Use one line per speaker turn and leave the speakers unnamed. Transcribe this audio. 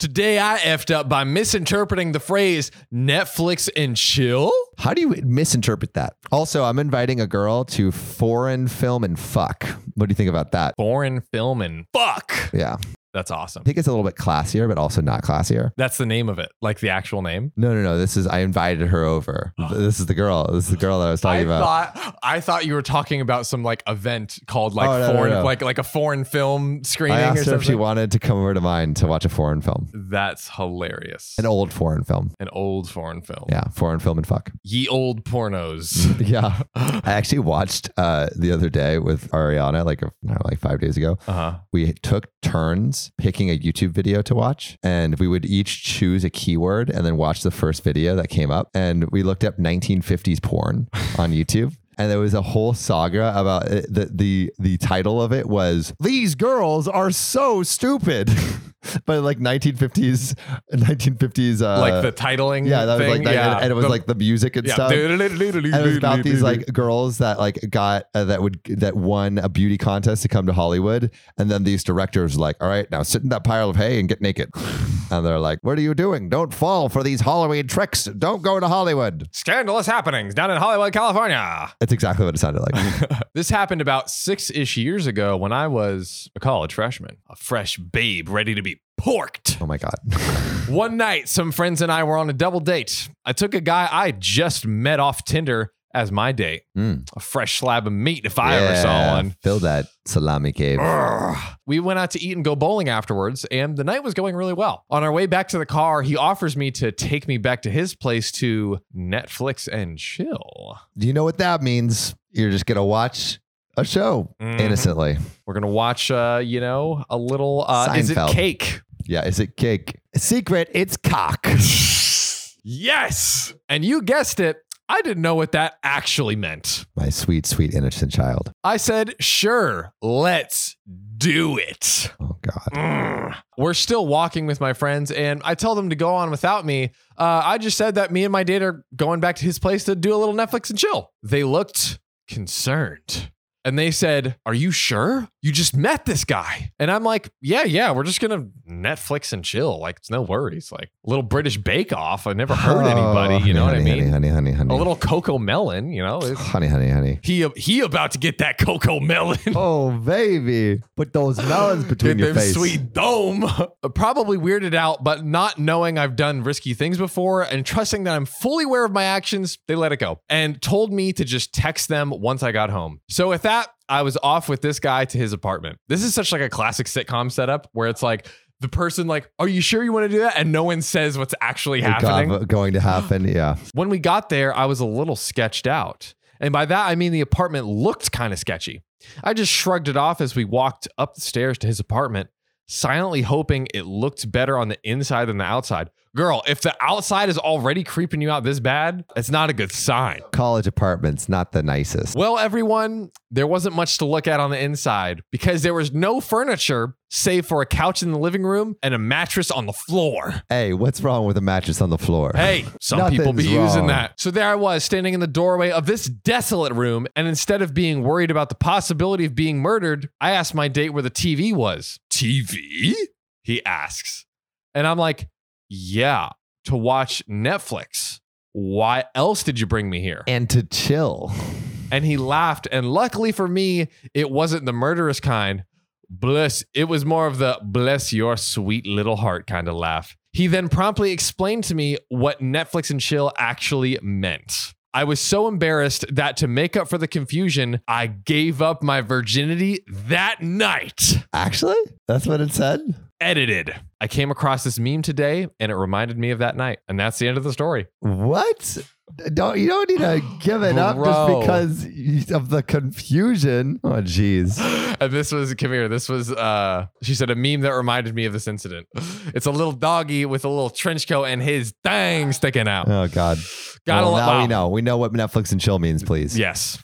Today I effed up by misinterpreting the phrase Netflix and chill.
How do you misinterpret that? Also, I'm inviting a girl to foreign film and fuck. What do you think about that?
Foreign film and fuck.
Yeah. I
That's awesome.
think it's a little bit classier, but also not classier.
That's the name of it, like the actual name.
No, no, no. This is, I invited her over.
Oh.
This is the girl. This is the girl that I was talking
I
about.
thought I thought you were talking about some like event called like
Oh, no, no,
foreign
no.
like like a foreign film screening
I
or
asked her
something.
if she wanted to come over to mine to watch a foreign film,
That's hilarious.
an old foreign film.
An old foreign film.
Yeah, Mm-hmm. foreign film and fuck.
Ye old pornos.
Yeah. I actually watched uh, the other day with Ariana, like, I don't know, like five days ago.
Uh-huh.
we took turns picking a YouTube video to watch, and we would each choose a keyword and then watch the first video that came up. And we looked up 1950s porn on YouTube. And there was a whole saga about it. The, the the title of it was "These girls are so stupid," but like 1950s, 1950s, uh,
like the titling.
yeah, that was
thing.
like, yeah. and it was
The-
like the music and
yeah.
stuff. And it was about these like girls that like got uh, that would that won a beauty contest to come to Hollywood, and then these directors were like, all right, now sit in that pile of hay and get naked, and they're like, what are you doing? Don't fall for these Halloween tricks. Don't go to Hollywood.
scandalous happenings down in Hollywood, California.
That's exactly what it sounded like.
This happened about six ish years ago when I was a college freshman, a fresh babe ready to be porked.
oh my god.
One night, some friends and I were on a double date. I took a guy I just met off Tinder as my date,
Mm.
a fresh slab of meat if I ever
Yeah,
saw one.
Fill that salami cave.
Ugh. We went out to eat and go bowling afterwards, and the night was going really well. On our way back to the car, he offers me to take me back to his place to Netflix and chill.
Do you know what that means? You're just gonna watch a show
Mhm.
innocently.
We're gonna watch, uh, you know, a little. Uh, is it
Seinfeld.
cake?
Yeah, is it cake? Secret, it's cock.
Yes. And you guessed it. I didn't know what that actually meant.
My sweet, sweet innocent child.
I said, sure, let's do it.
Oh god.
Mm. We're still walking with my friends, and I tell them to go on without me. Uh, I just said that me and my date are going back to his place to do a little Netflix and chill. They looked concerned. And they said, Are you sure? You just met this guy. And I'm like, Yeah, yeah, we're just gonna Netflix and chill. Like, it's no worries. Like, little British bake off. I never hurt anybody.
Oh,
You know what I
honey, honey,
mean?
Honey, honey, honey.
A little cocoa melon, you know? It's-
honey, honey, honey.
He, he about to get that cocoa melon.
Oh baby, put those melons between
Get
your
them
face.
sweet dome. Probably weirded out, but not knowing I've done risky things before and trusting that I'm fully aware of my actions, they let it go and told me to just text them once I got home. So with that, I was off with this guy to his apartment. This is such like a classic sitcom setup where it's like the person like, "Are you sure you want to do that?" and no one says what's actually
Oh, God,
happening.
but going to happen. Yeah.
When we got there, I was a little sketched out. And by that, I mean the apartment looked kind of sketchy. I just shrugged it off as we walked up the stairs to his apartment, silently hoping it looked better on the inside than the outside. Girl, if the outside is already creeping you out this bad, it's not a good sign.
College apartments, not the nicest.
Well, everyone, there wasn't much to look at on the inside because there was no furniture save for a couch in the living room and a mattress on the floor.
Hey, what's wrong with a mattress on the floor?
Hey, some people be
Nothing's
using
wrong.
that. So there I was standing in the doorway of this desolate room, and instead of being worried about the possibility of being murdered, I asked my date where the TV was. TV? He asks. And I'm like, yeah, to watch Netflix. Why else did you bring me here?
And to chill.
And he laughed. And luckily for me, it wasn't the murderous kind. Bless. It was more of the bless your sweet little heart kind of laugh. He then promptly explained to me what Netflix and chill actually meant. I was so embarrassed that to make up for the confusion, I gave up my virginity that night.
Actually, that's what it said.
Edited. I came across this meme today and it reminded me of that night. And that's the end of the story.
What? Don't you don't need to give it up
Bro.
just because you- of the confusion? Oh, jeez.
And this was come here. This was uh she said a meme that reminded me of this incident. It's a little doggy with a little trench coat and his thing sticking out.
Oh God.
Gotta
Well,
love
now
wow.
we know. We know what Netflix and chill means. Please.
Yes.